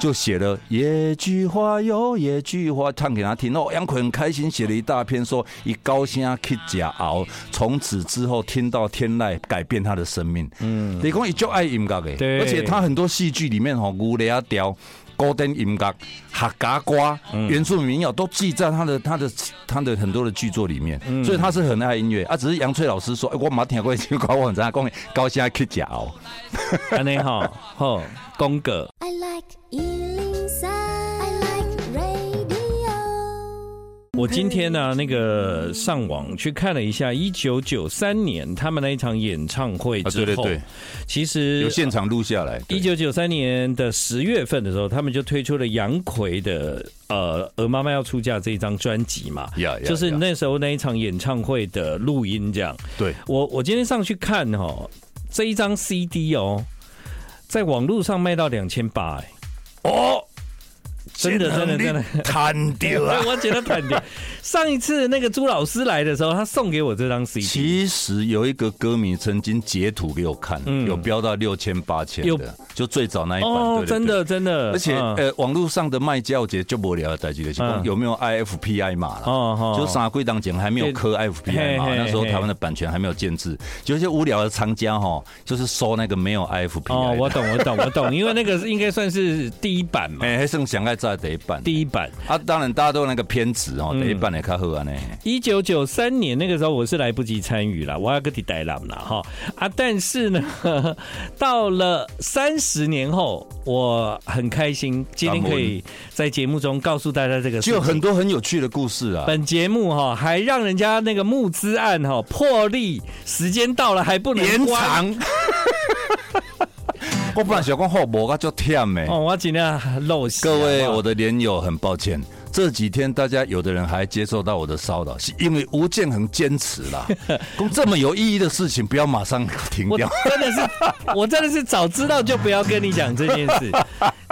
Speaker 2: 就写了野菊花哟，野菊花唱给他听哦。杨奎很开心，写了一大篇说以高声去假熬，从此之后听到天籁，改变他的生命。嗯，李公也就爱音乐的，
Speaker 1: 对
Speaker 2: 而且他很多戏剧里面吼，牛雷啊调、高登音乐、哈嘎瓜、
Speaker 1: 嗯
Speaker 2: 原住民谣都记在他的他的他的很多的剧作里面，
Speaker 1: 嗯
Speaker 2: 所以他是很爱音乐啊。只是杨翠老师说，哎，我马听过一 句歌，我很知道讲高声去哦假熬。
Speaker 1: 安内啊好，吼，公哥，
Speaker 3: I like Ealing Sound. I like radio.
Speaker 1: 我今天呢、
Speaker 2: 哎
Speaker 1: 那个上网去看了一下，一九九三年他们那一场演唱会之后，
Speaker 2: 啊对对对
Speaker 1: 其实
Speaker 2: 有现场录下来。
Speaker 1: 一九九三年的十月份的时候，他们就推出了杨奎的呃《鹅妈妈要出嫁》这一张专辑嘛
Speaker 2: 呀呀
Speaker 1: 就是
Speaker 2: 呀
Speaker 1: 那时候那一场演唱会的录音这样。
Speaker 2: 对，
Speaker 1: 我我今天上去看哦，这一张 CD 哦，在网络上卖到两千八，哎，
Speaker 2: 哦，
Speaker 1: 真的真的真的，
Speaker 2: 弹掉啊！
Speaker 1: 对我觉得很屌。上一次那个朱老师来的时候，他送给我这张 CD，
Speaker 2: 其实有一个歌迷曾经截图给我看，
Speaker 1: 嗯
Speaker 2: 有标到六千八千
Speaker 1: 有
Speaker 2: 的，就最早那一版。
Speaker 1: 哦
Speaker 2: 对，对
Speaker 1: 真。
Speaker 2: 对
Speaker 1: 的真的，
Speaker 2: 而且
Speaker 1: 嗯
Speaker 2: 呃，网络上的卖家，我觉得就无聊的代志就
Speaker 1: 嗯
Speaker 2: 是讲有没有 IFP 挨骂了。
Speaker 1: 哦哦
Speaker 2: 就傻龟当前还没有磕 IFP 挨骂，
Speaker 1: 嘿嘿
Speaker 2: 那时候
Speaker 1: 嘿
Speaker 2: 台湾的版权还没有建制，有一些无聊的藏家哈，就是收那个没有 IFP
Speaker 1: 哦，我
Speaker 2: 挨的。
Speaker 1: 懂我懂我懂，因为那个是应该算是第一版嘛，
Speaker 2: 哎，还剩想爱在第一版。
Speaker 1: 第一嗯版。
Speaker 2: 啊，当然大家都有那个偏执哦，第一版的较好安呢。
Speaker 1: 一九九三年那个时候我是来不及参与了，我要个地带啦啦哈啊！但是呢， 呵呵到了三十年后，我很开心，今天可以在节目中告诉大家这个事
Speaker 2: 就有很
Speaker 1: 情。
Speaker 2: 多很有趣的故事啊。
Speaker 1: 本节目哈还让人家那个募资案哈破例，时间到了还不能
Speaker 2: 延
Speaker 1: 关
Speaker 2: 长。 我本来想讲后无，我就忝诶。
Speaker 1: 哦，啊我尽量漏洗
Speaker 2: 各位，
Speaker 1: 好不好
Speaker 2: 我的连友很抱歉，这几天大家有的人还接受到我的骚扰，是因为吴建衡坚持 啦，讲这么有意义的事情，不要马上停
Speaker 1: 我
Speaker 2: 掉。
Speaker 1: 真的是，我真的是早知道就不要跟你讲这件 事。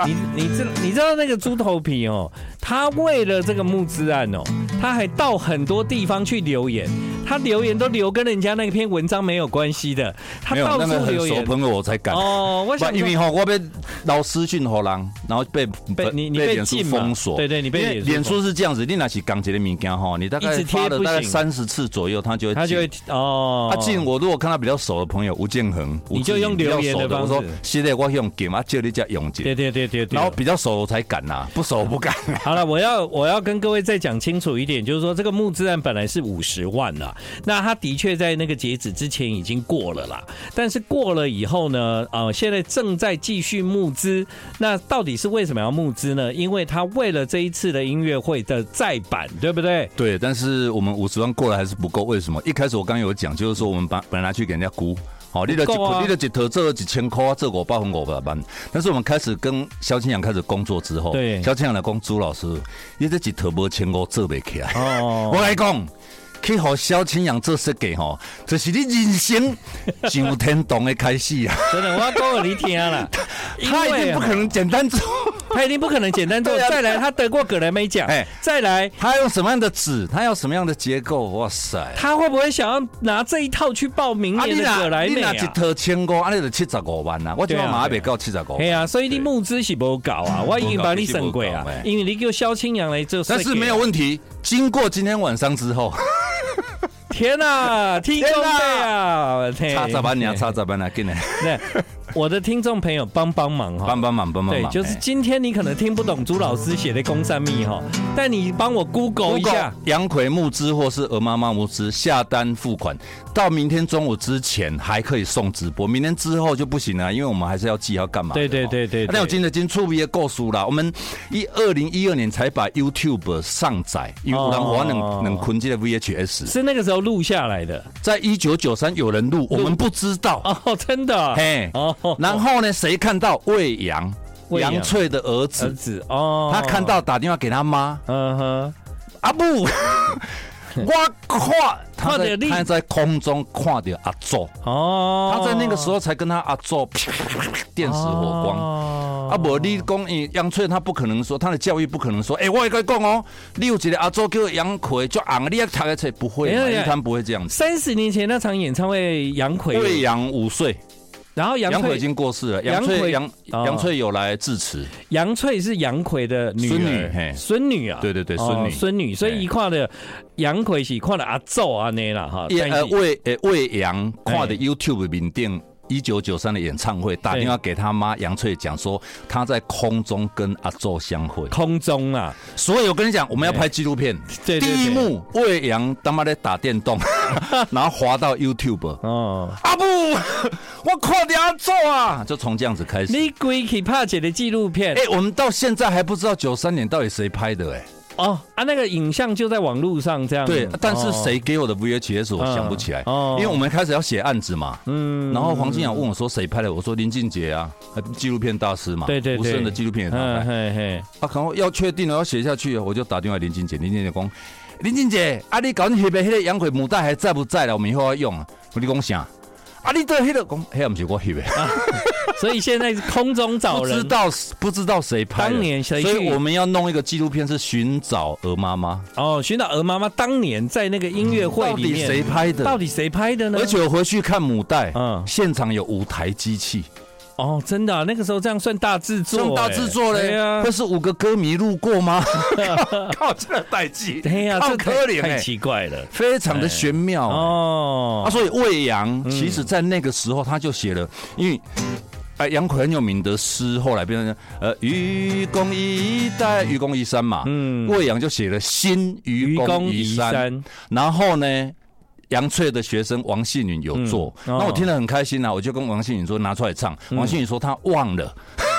Speaker 1: 你你知你知道那个猪头皮哦，他为了这个募资案哦，他还到很多地方去留言，他留言都留跟人家那篇文章没有关系的，他
Speaker 2: 没有
Speaker 1: 到
Speaker 2: 那个
Speaker 1: 处
Speaker 2: 很
Speaker 1: 留
Speaker 2: 熟
Speaker 1: 言。
Speaker 2: 朋友我才敢。
Speaker 1: 哦，我想
Speaker 2: 不因为
Speaker 1: 说
Speaker 2: 吼，我被老私讯给人，然后被
Speaker 1: 被你你被
Speaker 2: 脸书
Speaker 1: 禁嘛
Speaker 2: 封锁。
Speaker 1: 对对你被
Speaker 2: 因为
Speaker 1: 脸书
Speaker 2: 脸
Speaker 1: 封
Speaker 2: 书是这样子，你那是港姐的名件吼，你大
Speaker 1: 一
Speaker 2: 概
Speaker 1: 直贴
Speaker 2: 发了
Speaker 1: 不
Speaker 2: 大概
Speaker 1: 行
Speaker 2: 三十次左右，他就会
Speaker 1: 他就
Speaker 2: 禁
Speaker 1: 会哦，
Speaker 2: 啊，进我如果看到比较熟的朋友吴建衡，
Speaker 1: 你
Speaker 2: 吴志
Speaker 1: 就用
Speaker 2: 明比较
Speaker 1: 留言
Speaker 2: 熟
Speaker 1: 的方
Speaker 2: 我说
Speaker 1: 式
Speaker 2: 现在我用给啊，叫你叫永
Speaker 1: 对
Speaker 2: 杰，
Speaker 1: 对对对对，
Speaker 2: 然后比较熟我才敢呐、不熟我不敢。
Speaker 1: 好了，我要我要跟各位再讲清楚一点，就是说这个募资案本来是五十万啦，那他的确在那个截止之前已经过了啦，但是过了以后呢，呃，现在正在继续募资，那到底是为什么要募资呢？因为他为了这一次的音乐会的再版，对不对？
Speaker 2: 对，但是我们五十万过来还是不够，为什么？一开始我刚有讲，就是说我们把本来去给人家估。好，你的
Speaker 1: 不
Speaker 2: 几
Speaker 1: 够啊
Speaker 2: 你的几头这几千块啊，这我八分我百万。但是我们开始跟萧清扬开始工作之后，
Speaker 1: 对
Speaker 2: 萧清扬来讲朱老师，你这几头无千五做不起来。
Speaker 1: 哦，
Speaker 2: 我来讲，去和萧清扬做设计吼，这是你人生上天堂的开始啊！
Speaker 1: 啊真的，我要跟我离天了，因
Speaker 2: 他一
Speaker 1: 为
Speaker 2: 定不可能简单做。
Speaker 1: 他一定不可能简单做。
Speaker 2: 对啊
Speaker 1: 再来，他得过葛莱美奖
Speaker 2: 哎，
Speaker 1: 再来，
Speaker 2: 他用什么样的纸？他要什么样的结构？哇塞！
Speaker 1: 他会不会想要拿这一套去报明
Speaker 2: 啊，
Speaker 1: 年
Speaker 2: 你
Speaker 1: 的葛
Speaker 2: 那
Speaker 1: 莱
Speaker 2: 你
Speaker 1: 美
Speaker 2: 那一
Speaker 1: 啊？
Speaker 2: 套千五，啊，你就七十五万啊！我今晚
Speaker 1: 对啊
Speaker 2: 嘛还没到七十五
Speaker 1: 哎
Speaker 2: 万，
Speaker 1: 呀，所以你募资是不搞
Speaker 2: 嗯
Speaker 1: 啊，我已经把你省过啊
Speaker 2: 不搞，
Speaker 1: 因为你叫萧清扬来做，啊
Speaker 2: 但是没有。问题。经过今天晚上之后，
Speaker 1: 天呐，听众
Speaker 2: 天
Speaker 1: 对
Speaker 2: 哪
Speaker 1: 啊， 嘿
Speaker 2: 差咋办呀？差咋办啊？进来，
Speaker 1: 对，我的听众朋友帮帮忙哈，
Speaker 2: 帮帮忙，帮帮
Speaker 1: 对，
Speaker 2: 忙。哎
Speaker 1: 就是今天你可能听不懂朱老师写的《公三密》
Speaker 2: 嗯
Speaker 1: 哈，但你帮我 Google 一下，
Speaker 2: 杨葵募资或是鹅妈妈募资下单付款，到明天中午之前还可以送直播，明天之后就不行啊了，因为我们还是要记要干嘛
Speaker 1: 对
Speaker 2: 的哦？
Speaker 1: 对对对对
Speaker 2: 那我今天今触也够熟了，我们一二零一二年才把 YouTube 上载，因
Speaker 1: 哦
Speaker 2: 为然我能能捆这个 VHS，
Speaker 1: 是那个时候录下来的
Speaker 2: 在一九九三有人录，我们不知道。
Speaker 1: 哦，真的啊，
Speaker 2: 嘿
Speaker 1: 哦，
Speaker 2: 然后呢，谁看到魏阳
Speaker 1: 魏阳
Speaker 2: 杨翠的儿
Speaker 1: 儿
Speaker 2: 子？
Speaker 1: 子哦，
Speaker 2: 他看，到打电话给他妈，
Speaker 1: 嗯哼，
Speaker 2: 阿母， 我看他
Speaker 1: 看
Speaker 2: 在
Speaker 1: 到你
Speaker 2: 他在空中看到阿祖，
Speaker 1: 哦，
Speaker 2: 他在那个时候才跟他阿祖 啪啪啪电
Speaker 1: 哦
Speaker 2: 死火光。啊，无你讲，伊杨翠他不可能说，他的教育不可能说，哎、我也该讲哦，你有一个阿祖叫杨奎，叫昂，你要读个册不会嘛，
Speaker 1: 哎呀
Speaker 2: 因为他们不会这样子。
Speaker 1: 三十年前那场演唱会，杨
Speaker 2: 魏
Speaker 1: 奎，
Speaker 2: 阳五岁，
Speaker 1: 然后杨
Speaker 2: 杨奎已
Speaker 1: 奎，
Speaker 2: 经过世了，
Speaker 1: 杨
Speaker 2: 杨
Speaker 1: 奎
Speaker 2: 翠杨
Speaker 1: 哦
Speaker 2: 杨翠有来致辞，
Speaker 1: 杨翠是杨奎的女
Speaker 2: 孙女嘿
Speaker 1: 儿，孙女啊，
Speaker 2: 对对对
Speaker 1: 哦
Speaker 2: 孙女
Speaker 1: 孙女，所以一看的杨奎是看了阿奏啊那啦哈，
Speaker 2: 也
Speaker 1: 但
Speaker 2: 呃
Speaker 1: 是
Speaker 2: 魏呃魏阳跨的
Speaker 1: 哎
Speaker 2: YouTube 名店一九九三的演唱会，打电话给他妈杨翠讲说他在空中跟阿宙相会，
Speaker 1: 空中啊，
Speaker 2: 所以我跟你讲，我们要拍纪录片。
Speaker 1: 对对
Speaker 2: 第
Speaker 1: 对，
Speaker 2: 一幕魏阳他妈在打 电动，然后滑到 YouTube，
Speaker 1: 哦，
Speaker 2: 阿布，我跨掉阿宙啊，就从这样子开始。
Speaker 1: 你鬼去拍一个纪录片
Speaker 2: 哎、我们到现在还不知道九三年到底谁拍的哎、
Speaker 1: 哦啊，那个影像就在网络上这样，
Speaker 2: 对，但是
Speaker 1: 哦
Speaker 2: 谁给我的 VHS 我想不起来，
Speaker 1: 嗯哦
Speaker 2: 因为我们开始要写案子嘛。
Speaker 1: 嗯
Speaker 2: 然后黄金雅问我说谁拍的，我说林俊杰啊，呃纪录片大师嘛，
Speaker 1: 对对对
Speaker 2: 无声的纪录片也他
Speaker 1: 嗯
Speaker 2: 拍。
Speaker 1: 嘿嘿，
Speaker 2: 啊，然后要确定了要写下去，我就打电话林俊杰，林俊杰讲，林俊杰，啊你搞你翕的迄个洋鬼母带还在不在了？我们以后要用啊。我跟你讲啥？啊你对迄个讲，迄个不是我翕的，
Speaker 1: 所以现在是空中找
Speaker 2: 不知
Speaker 1: 人，
Speaker 2: 道不知道谁拍的。
Speaker 1: 当年谁去
Speaker 2: 所以我们要弄一个纪录片是寻找鹅妈妈，
Speaker 1: 哦，寻找鹅妈妈当年在那个音乐会
Speaker 2: 到
Speaker 1: 里
Speaker 2: 底
Speaker 1: 面，
Speaker 2: 谁拍
Speaker 1: 到
Speaker 2: 的？
Speaker 1: 底谁拍的呢？
Speaker 2: 而且我回去看母带，
Speaker 1: 嗯
Speaker 2: 现场有舞台机器，
Speaker 1: 哦，真的啊、那个时候这样算大制作、
Speaker 2: 用大
Speaker 1: 哎
Speaker 2: 制作嘞，
Speaker 1: 对啊
Speaker 2: 会，是五个歌迷路过吗？ 靠，这代际，
Speaker 1: 对呀、啊，
Speaker 2: 好
Speaker 1: 这
Speaker 2: 可
Speaker 1: 太
Speaker 2: 怜
Speaker 1: 太
Speaker 2: 哎，
Speaker 1: 奇怪了。
Speaker 2: 非常的玄妙哦。
Speaker 1: 哦
Speaker 2: 啊，，所以
Speaker 1: 嗯
Speaker 2: 魏阳其实在那个时候他就写了，因为。哎，杨奎很有名的诗，后来变成呃愚公移山，愚公移山嘛。
Speaker 1: 嗯
Speaker 2: 魏阳就写了新愚
Speaker 1: 愚
Speaker 2: 公
Speaker 1: 公
Speaker 2: 移
Speaker 1: 移
Speaker 2: 山，
Speaker 1: 山，
Speaker 2: 然后呢，杨翠的学生王信允有做，
Speaker 1: 嗯哦嗯
Speaker 2: 那我听得很开心啊，我就跟王信允说拿出来唱，王信允说他忘了，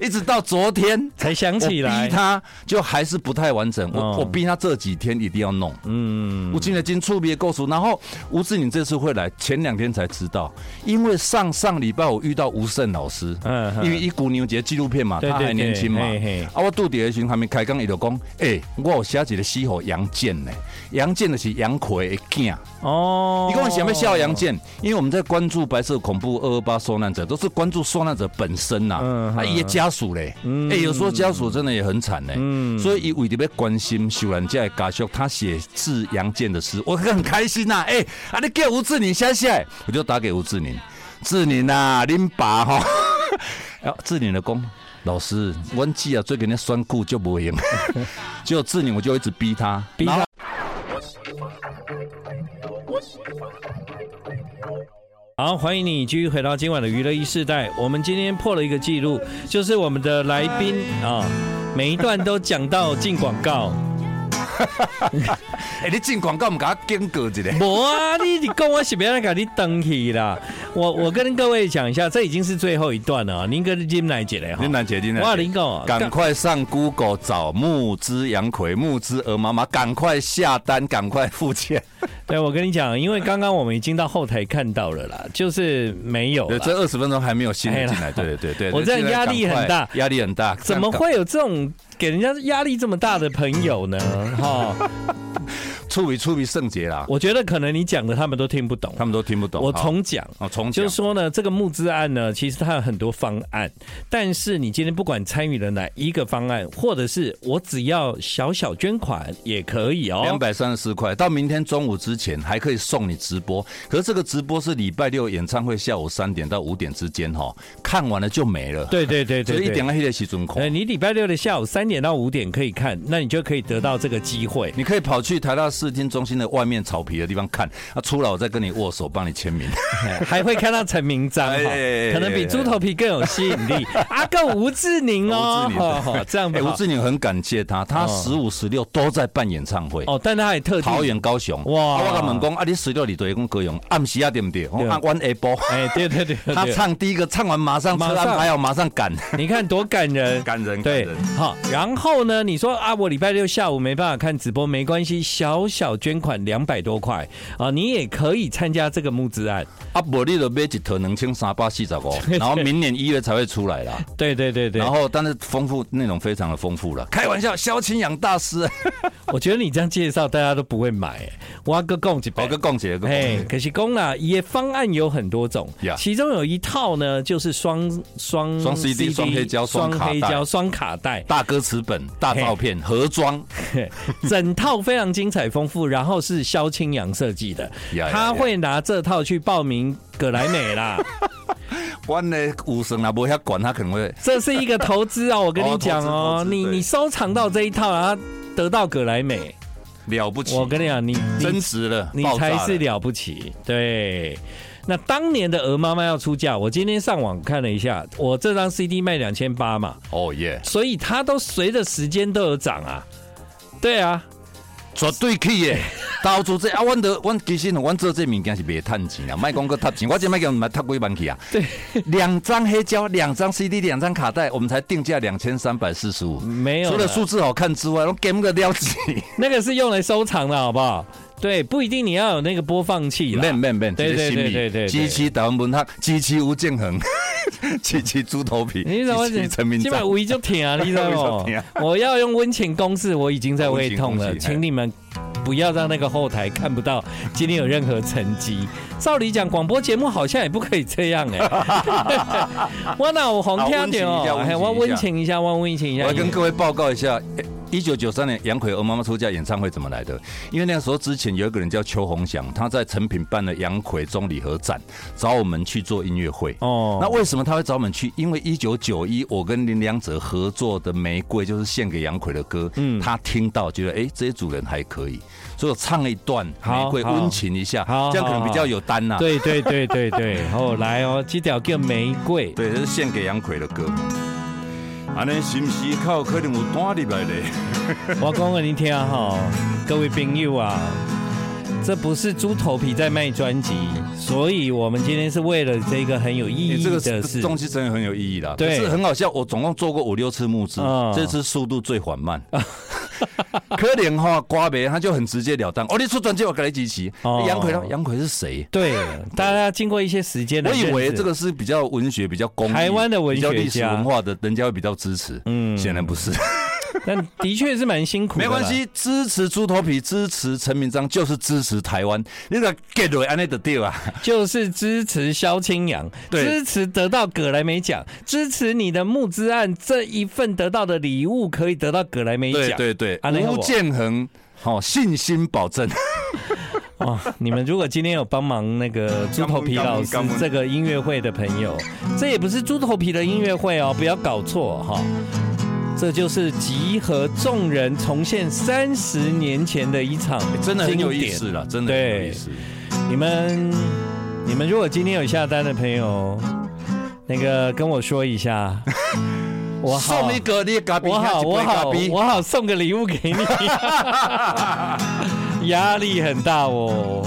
Speaker 2: 一直到昨天。
Speaker 1: 才想
Speaker 2: 我
Speaker 1: 起
Speaker 2: 逼
Speaker 1: 来。
Speaker 2: 他就还是不太完整，我、
Speaker 1: 哦
Speaker 2: 我逼他这几天一定要弄。
Speaker 1: 嗯，
Speaker 2: 吴今的金触别够熟，然后吴志颖这次会来，前两天才知道，因为上上礼拜我遇到吴胜老师，
Speaker 1: 嗯哼
Speaker 2: 因为一股牛节纪录片嘛，
Speaker 1: 对
Speaker 2: 他
Speaker 1: 对
Speaker 2: 还年轻嘛，
Speaker 1: 对嘿嘿
Speaker 2: 啊，我杜底的时候还没开讲，伊就讲，哎、我有写一个西湖杨健呢，杨健的是杨奎的囝，
Speaker 1: 哦，
Speaker 2: 你跟我想要笑杨健，因为我们在关注白色恐怖二二八受难者，都是关注受难者本身呐、
Speaker 1: 嗯
Speaker 2: 啊，啊，
Speaker 1: 嗯
Speaker 2: 伊的家属嘞，哎，有时候家属真的也很惨嘞，
Speaker 1: 嗯
Speaker 2: 所以伊为了要关心受难者的家属，他写致杨健的诗，我很开心呐、哎、啊，你给吴志宁写写，我就打给吴志宁，志宁呐、啊，恁爸吼， 啊，志宁的公。老师，阮姊啊，最近咧选股就 无用，结果志宁我就一直逼他，
Speaker 1: 逼他
Speaker 2: 然后
Speaker 1: 好，欢迎你继续回到今晚的娱乐一世代。我们今天破了一个记录，就是我们的来宾啊、
Speaker 2: 嗯
Speaker 1: 每一段都讲到进广告。
Speaker 2: 哎、你进广告唔甲我警告一下。
Speaker 1: 我啊，你你跟我是别人给你登去啦。我我跟各位讲一下，这已经是最后一段了啊。您跟金奶姐嘞哈，
Speaker 2: 林南姐，林南
Speaker 1: 哦
Speaker 2: 姐，
Speaker 1: 哇，林啊哥，
Speaker 2: 赶快上 Google 找募资杨葵、募资鹅妈妈，赶快下单，赶快付钱。
Speaker 1: 对，我跟你讲，因为刚刚我们已经到后台看到了啦，就是没有
Speaker 2: 对，
Speaker 1: 啦。
Speaker 2: 这二十分钟还没有新
Speaker 1: 哎
Speaker 2: 的
Speaker 1: 呀
Speaker 2: 进来，对对对对，
Speaker 1: 我这样
Speaker 2: 进来
Speaker 1: 压力
Speaker 2: 赶快
Speaker 1: 很大
Speaker 2: 压力很大，
Speaker 1: 怎么
Speaker 2: 这样
Speaker 1: 会有这种给人家压力这么大的朋友呢？哈、
Speaker 2: 处理处理圣洁啦，
Speaker 1: 我觉得可能你讲的他们都听不懂。
Speaker 2: 他们都听不懂。
Speaker 1: 我
Speaker 2: 好
Speaker 1: 重讲，
Speaker 2: 哦重
Speaker 1: 就
Speaker 2: 讲
Speaker 1: 是说呢，这个募资案呢，其实它有很多方案，但是你今天不管参与了哪一个方案，或者是我只要小小捐款也可以哦。
Speaker 2: 两百三十四块，到明天中午之前还可以送你直播。可是这个直播是礼拜六演唱会下午三点到五点之间哈，看完了就没了。，
Speaker 1: 对对对
Speaker 2: 就
Speaker 1: 对
Speaker 2: 是
Speaker 1: 对，
Speaker 2: 一点。到黑的时准
Speaker 1: 呃，
Speaker 2: 空。
Speaker 1: 你礼拜六的下午三点到五点可以看，那你就可以得到这个机会。
Speaker 2: 你可以跑去台大视听中心的外面草皮的地方看，啊，出来我再跟你握手，帮你签名。
Speaker 1: 还会看到陈明章哈
Speaker 2: 哎哎哎哎，
Speaker 1: 可能比猪头皮更有吸引力。 阿更吴志宁 哦
Speaker 2: 吴志，宁
Speaker 1: 哦这样
Speaker 2: 哎，
Speaker 1: 吧
Speaker 2: 吴。志宁很感谢他，他
Speaker 1: 哦
Speaker 2: 十五、十六都在办演唱会。
Speaker 1: 哦，但他也特地
Speaker 2: 桃园、高雄，
Speaker 1: 哇
Speaker 2: 哇！我甲问讲，啊，你十六里对讲高雄，暗时啊对不对？我
Speaker 1: 对
Speaker 2: 按阮下晡，
Speaker 1: 哎，对对对， 对
Speaker 2: 他唱第一个，唱完马上
Speaker 1: 马
Speaker 2: 车
Speaker 1: 上
Speaker 2: 安排好，马上赶，
Speaker 1: 你看多感人，
Speaker 2: 感人感
Speaker 1: 对
Speaker 2: 人。，
Speaker 1: 好，然后呢？你说啊，我礼拜六下午没办法看直播，没关系，小小捐款两百多块啊，你也可以参加这个募资案。
Speaker 2: 啊，无你就买一套两千三百四十 五，然后明年一月才会出来啦。
Speaker 1: 对对对 对
Speaker 2: 然，后，但是丰富内容非常的丰富了。开玩笑，萧清扬 大师，
Speaker 1: 我觉得你这样介绍，大家都不会买。哎我个供几百
Speaker 2: 我个讲起来，
Speaker 1: 哎，可惜公啦，也方案有很多种
Speaker 2: Yeah
Speaker 1: 其中有一套呢，就是双双
Speaker 2: 双 CD 双黑胶双
Speaker 1: 双
Speaker 2: 卡带
Speaker 1: 黑胶、双卡带，
Speaker 2: 大歌词本、大照片、盒装，
Speaker 1: 整套非常精彩丰富，然后是萧清扬设计的
Speaker 2: Yeah, yeah,
Speaker 1: 他会拿这套去报名葛莱美啦，
Speaker 2: 我的武生啊，无遐管他可能会
Speaker 1: 这是一个投资哦，我跟你讲
Speaker 2: 哦投
Speaker 1: 哦，
Speaker 2: 资投资
Speaker 1: 你
Speaker 2: 对
Speaker 1: 你收藏到这一套，然后得到葛莱美，
Speaker 2: 了不起，
Speaker 1: 我跟你讲，你你
Speaker 2: 真实了，
Speaker 1: 你
Speaker 2: 爆炸
Speaker 1: 才是了不起。对，那当年的鹅妈妈要出嫁，我今天上网看了一下，我这张 CD 卖两千八嘛，
Speaker 2: 哦耶，
Speaker 1: 所以它都随着时间都有涨啊。对啊，
Speaker 2: 绝对去耶！到处这啊，阮的阮其实阮做这物件是袂趁钱啦，卖讲个趁钱，我这卖叫毋捌趁几万 去啊。
Speaker 1: 对，
Speaker 2: 两张黑胶，两张 CD，两张卡带，我们才定价两千三百四十五。
Speaker 1: 嗯没有
Speaker 2: 除
Speaker 1: 啦
Speaker 2: 了数字好看之外，我 game 个了解。
Speaker 1: 那个是用来收藏的，好不好？对，不一定你要有那个播放器啦。
Speaker 2: 免免免，
Speaker 1: 对
Speaker 2: 这
Speaker 1: 对
Speaker 2: 是心
Speaker 1: 对
Speaker 2: 理
Speaker 1: 对对，
Speaker 2: 支持台湾文学，支持吴建衡， 支持猪头皮，
Speaker 1: 你怎么
Speaker 2: 支持陈明
Speaker 1: 基
Speaker 2: 章
Speaker 1: 本。五一就停啊，你知道
Speaker 2: 我
Speaker 1: 吗
Speaker 2: 就停啊？
Speaker 1: 我要用温情攻势，我已经在胃痛
Speaker 2: 温
Speaker 1: 了，
Speaker 2: 情攻势
Speaker 1: 请你们不要让那个后台看不到今天有任何成绩。照理讲，广播节目好像也不可以这样哎。我那我红天点
Speaker 2: 好
Speaker 1: 哦，哎我温
Speaker 2: 温
Speaker 1: 情一下，我温情一
Speaker 2: 我
Speaker 1: 下
Speaker 2: 要。跟各位报告一下，一九九三年杨奎《鹅妈妈出嫁》演唱会怎么来的？因为那个时候之前有一个人叫邱鸿祥，他在成品办了杨奎中礼盒展，找我们去做音乐会。
Speaker 1: 哦
Speaker 2: 那为什么他会找我们去？因为一九九一我跟林良哲合作的《玫瑰》就是献给杨奎的歌，
Speaker 1: 嗯
Speaker 2: 他听到觉得哎、这些主人还可以，所以我唱了一段《
Speaker 1: 好
Speaker 2: 玫瑰》
Speaker 1: 好
Speaker 2: 温情一下
Speaker 1: 好，
Speaker 2: 这样可能
Speaker 1: 好
Speaker 2: 比较有单啊呐、
Speaker 1: 对对对对对，哦来哦，这条叫玫瑰。
Speaker 2: 对，这是献给杨奎的歌。安尼是不是较有可能有单入来嘞？
Speaker 1: 我讲给你听哈、各位朋友啊，这不是猪头皮在卖专辑，所以我们今天是为了这个很有意
Speaker 2: 你
Speaker 1: 义
Speaker 2: 这个
Speaker 1: 的
Speaker 2: 是
Speaker 1: 事。
Speaker 2: 东西真的很有意义啦，
Speaker 1: 对
Speaker 2: 可是很好笑。我总共做过五六次募资
Speaker 1: 嗯，
Speaker 2: 这次速度最缓慢。 可怜哈，瓜梅他就很直截了当，哦，你出专辑我给你支持。
Speaker 1: 哦
Speaker 2: 杨奎呢？杨奎是谁？
Speaker 1: 对，大家经过一些时间的
Speaker 2: 我以
Speaker 1: 认识，
Speaker 2: 为这个是比较文学、比较公益
Speaker 1: 台湾的文学家
Speaker 2: 比较历史文化的，人家会比较支持。
Speaker 1: 嗯
Speaker 2: 嗯，显然 不是，
Speaker 1: 但的确是蛮辛苦的。
Speaker 2: 没关，系，支持猪头皮，支持陈明章，就是支持台湾。你个 get 落安内的掉啊！
Speaker 1: 就是支持萧清扬，
Speaker 2: 对
Speaker 1: 支持得到葛莱美奖，支持你的募资案这一份得到的礼物可以得到葛莱美
Speaker 2: 对
Speaker 1: 奖。
Speaker 2: 对对
Speaker 1: 安内，好不
Speaker 2: 吴建衡，好信心保证。
Speaker 1: 哦，你们如果今天有帮忙那个猪头皮老师这个音乐会的朋友，这也不是猪头皮的音乐会哦，不要搞错哈、这就是集合众人重现三十年前的一场经典，
Speaker 2: 哎真的很有意思了，真的很有意思。
Speaker 1: 你们你们如果今天有下单的朋友，那个跟我说一 下，我好
Speaker 2: 送一个你的咖啡，
Speaker 1: 我好，我好，我好，送个礼物给 你，压力很大哦。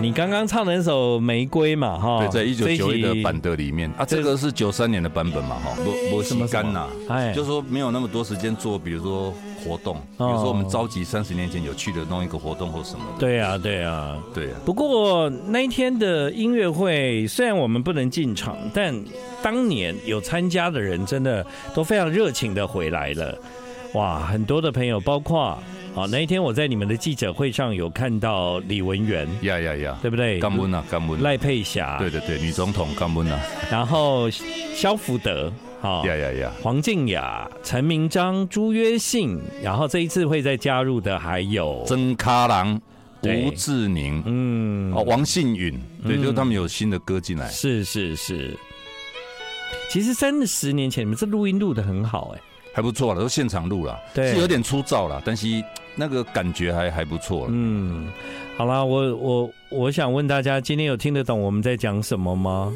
Speaker 1: 你刚刚唱的那首《玫瑰》嘛，哈，
Speaker 2: 对，在一九九一
Speaker 1: 这
Speaker 2: 的
Speaker 1: 集
Speaker 2: 版的里面啊，
Speaker 1: 这
Speaker 2: 这个是九三年的版本嘛，哈，我我
Speaker 1: 什么
Speaker 2: 吸干呐
Speaker 1: 什么哎，
Speaker 2: 就说没有那么多时间做，比如说活动，比
Speaker 1: 哦
Speaker 2: 如说我们召集三十年前有趣的弄一个活动或什么的，
Speaker 1: 对啊，对啊。
Speaker 2: 对啊，
Speaker 1: 不过那一天的音乐会，虽然我们不能进场，但当年有参加的人真的都非常热情的回来了。哇，很多的朋友，包括好，那一天我在你们的记者会上有看到李文源，
Speaker 2: 呀呀呀，
Speaker 1: 对不对？
Speaker 2: 干温啊，干温，
Speaker 1: 赖佩霞，
Speaker 2: 对，对对，女总统干温啊，
Speaker 1: 然后肖福德，好、
Speaker 2: 呀呀呀，
Speaker 1: 黄静雅、陈明章、朱约信，然后这一次会再加入的还有，
Speaker 2: 曾卡郎、
Speaker 1: 对
Speaker 2: 吴志宁、
Speaker 1: 嗯，
Speaker 2: 哦，王信允，对，就是他们有新的歌进来。
Speaker 1: 是是是。其实三十年前，你们这录音录的很好哎、
Speaker 2: 还不错了，都现场录了，
Speaker 1: 对
Speaker 2: 是有点粗糙了，但是那个感觉还还不错了。
Speaker 1: 嗯，好啦，我我我想问大家，今天有听得懂我们在讲什么吗？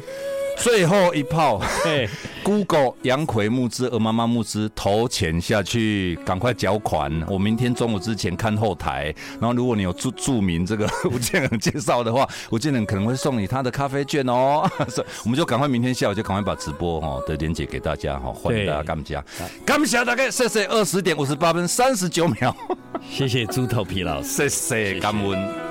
Speaker 2: 最后一炮
Speaker 1: 对，
Speaker 2: ，Google 杨葵募资、鹅妈妈募资，投钱下去，赶快缴款。我明天中午之前看后台，然后如果你有注注明这个 吴建衡介绍的话，吴建衡可能会送你他的咖啡券哦。 所以我们就赶快明天下午就赶快把直播哦的连接给大家哈，欢迎
Speaker 1: 对
Speaker 2: 大家干家，干家大概谢谢二十点五十八分三十九秒，
Speaker 1: 谢谢猪头皮老师。
Speaker 2: 谢谢感恩。